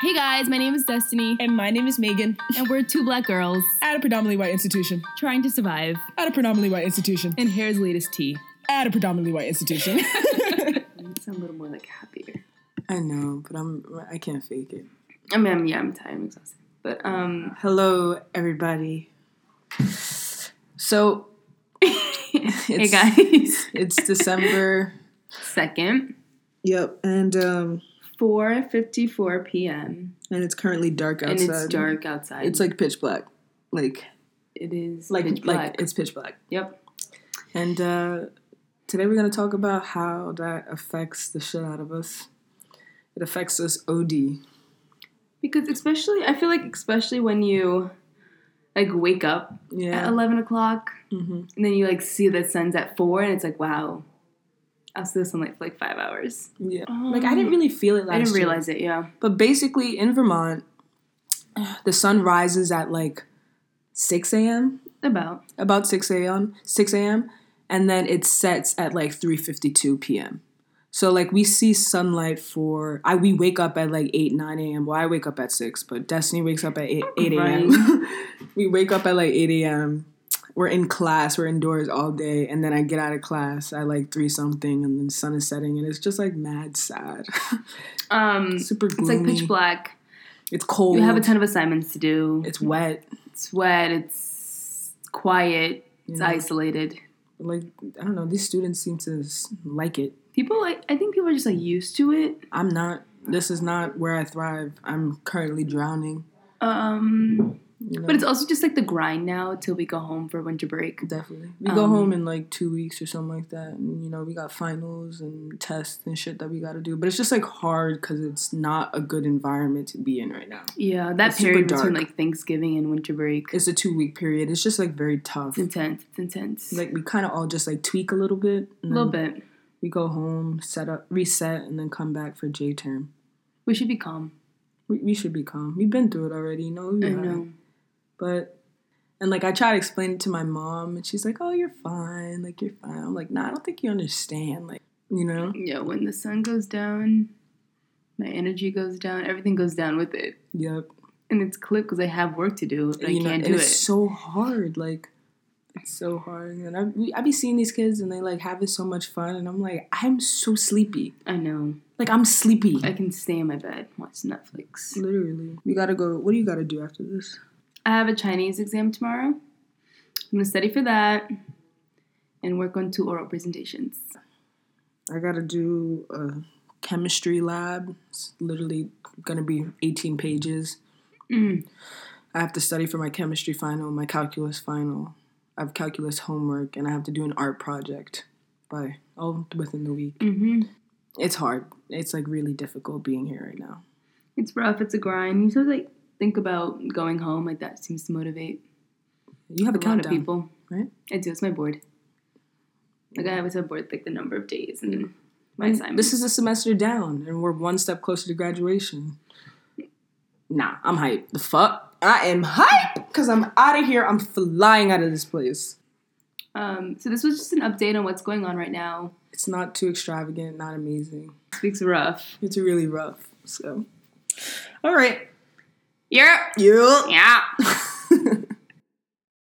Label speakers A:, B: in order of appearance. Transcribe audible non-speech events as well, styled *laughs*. A: Hey guys, my name is Destiny,
B: And my name is Megan.
A: and we're two black girls
B: At a predominantly white institution.
A: trying to survive.
B: At a predominantly white institution.
A: And hair's latest tea.
B: At a predominantly white institution. *laughs*
C: You sound a little more like happier.
D: I know, but I'm I can't fake it.
C: I mean, I'm, yeah, I'm tired, I'm exhausted. But um, *laughs*
D: Hello, everybody. So *laughs*
C: hey guys,
D: it's
C: *laughs*
D: December.
C: second,
D: yep, and um,
C: 4:54 p.m.
D: and it's currently dark outside.
C: and it's dark outside.
D: It's like pitch black, like
C: it is
D: like
C: pitch black.
D: like it's pitch black.
C: yep.
D: And uh, today we're gonna talk about how that affects the shit out of us. It affects us OD.
C: Because especially, I feel like especially when you like wake up at
D: Yeah.
C: 11 o'clock
D: hmm
C: and then you like see the sun's at four and it's like wow, I'll see the sunlight for like five hours.
D: Yeah. Like I didn't really feel it last
C: Oh. I didn't
D: year.
C: realize it. Yeah.
D: But basically, in Vermont, *sighs* the sun rises at like 6 a.m.
C: About.
D: About 6 a.m. 6 a.m. And then it sets at like 3:52 p.m. So like we see sunlight for I we wake up at like 8 9 a.m. Well, I wake up at 6, but Destiny wakes up at 8 8 a.m. *laughs* we wake up at like 8 a.m. We're in class, we're indoors all day, and then I get out of class at like 3 something and then the sun is setting and it's just like mad sad. *laughs*
C: Um,
D: Super
C: it's
D: gloomy.
C: like pitch black.
D: It's cold.
C: You have a ton of assignments to do.
D: It's wet.
C: It's wet. It's quiet. It's
D: Yeah.
C: isolated.
D: Like I don't know. These students seem to s- like it.
C: People, like, I think people are just like used to it.
D: I'm not. This is not where I thrive. I'm currently drowning.
C: Um,
D: You know?
C: but it's also just like the grind now till we go home for winter break.
D: definitely. We go
C: um,
D: home in like two weeks or something like that, and you know we got finals and tests and shit that we got to do. But it's just like hard because it's not a good environment to be in right now.
C: Yeah, that
D: It's super
C: period between
D: dark.
C: like Thanksgiving and winter break. It's
D: It's a two week period. It's just like very tough.
C: intense. It's intense.
D: Like mm. we kind of all just like tweak a little bit.
C: a
D: and
C: little
D: then
C: bit.
D: We go home, set up, reset, and then come back for J term.
C: We should be calm.
D: We, we should be calm. We've been through it already. You know.
C: I
D: we alright.
C: know.
D: But and like I try to explain it to my mom, and she's like, "Oh, you're fine. Like you're fine." I'm like, "Nah, I don't think you understand." Like you know,
C: Yeah, when the sun goes down, my energy goes down. Everything goes down with it,
D: yep.
C: and it's clipped because I have work to do. But I
D: you know,
C: can't
D: and
C: do it.
D: it's so hard. Like it's so hard. And I we- I be seeing these kids, and they like having so much fun, and I'm like, I'm so sleepy.
C: I know.
D: Like I'm sleepy.
C: I can stay in my bed, watch Netflix.
D: Literally, we gotta go. What do you gotta do after this?
C: I have a Chinese exam tomorrow. I'm gonna study for that and work on two oral presentations.
D: I gotta do a chemistry lab. It's literally gonna be 18 pages.
C: Mm.
D: I have to study for my chemistry final, my calculus final. I have calculus homework, and I have to do an art project by all within the week.
C: hmm
D: It's hard. It's like really difficult being here right now.
C: It's rough. It's a grind. You sort of like think about going home. Like that seems to motivate
D: You have
C: a lot
D: a,
C: of
D: countdown,
C: people.
D: right?
C: I do. It's my board. Like I always have board like the number of days and my
D: Mm,
C: assignments.
D: This is a semester down, and we're one step closer to graduation. Nah, I'm hype. The fuck? I am hype because I'm out of here. I'm flying out of this place.
C: um, so this was just an update on what's going on right now.
D: It's not too extravagant, not amazing.
C: This week's rough.
D: It's really rough. So, all right.
C: Yeah.
D: You.
C: Yeah.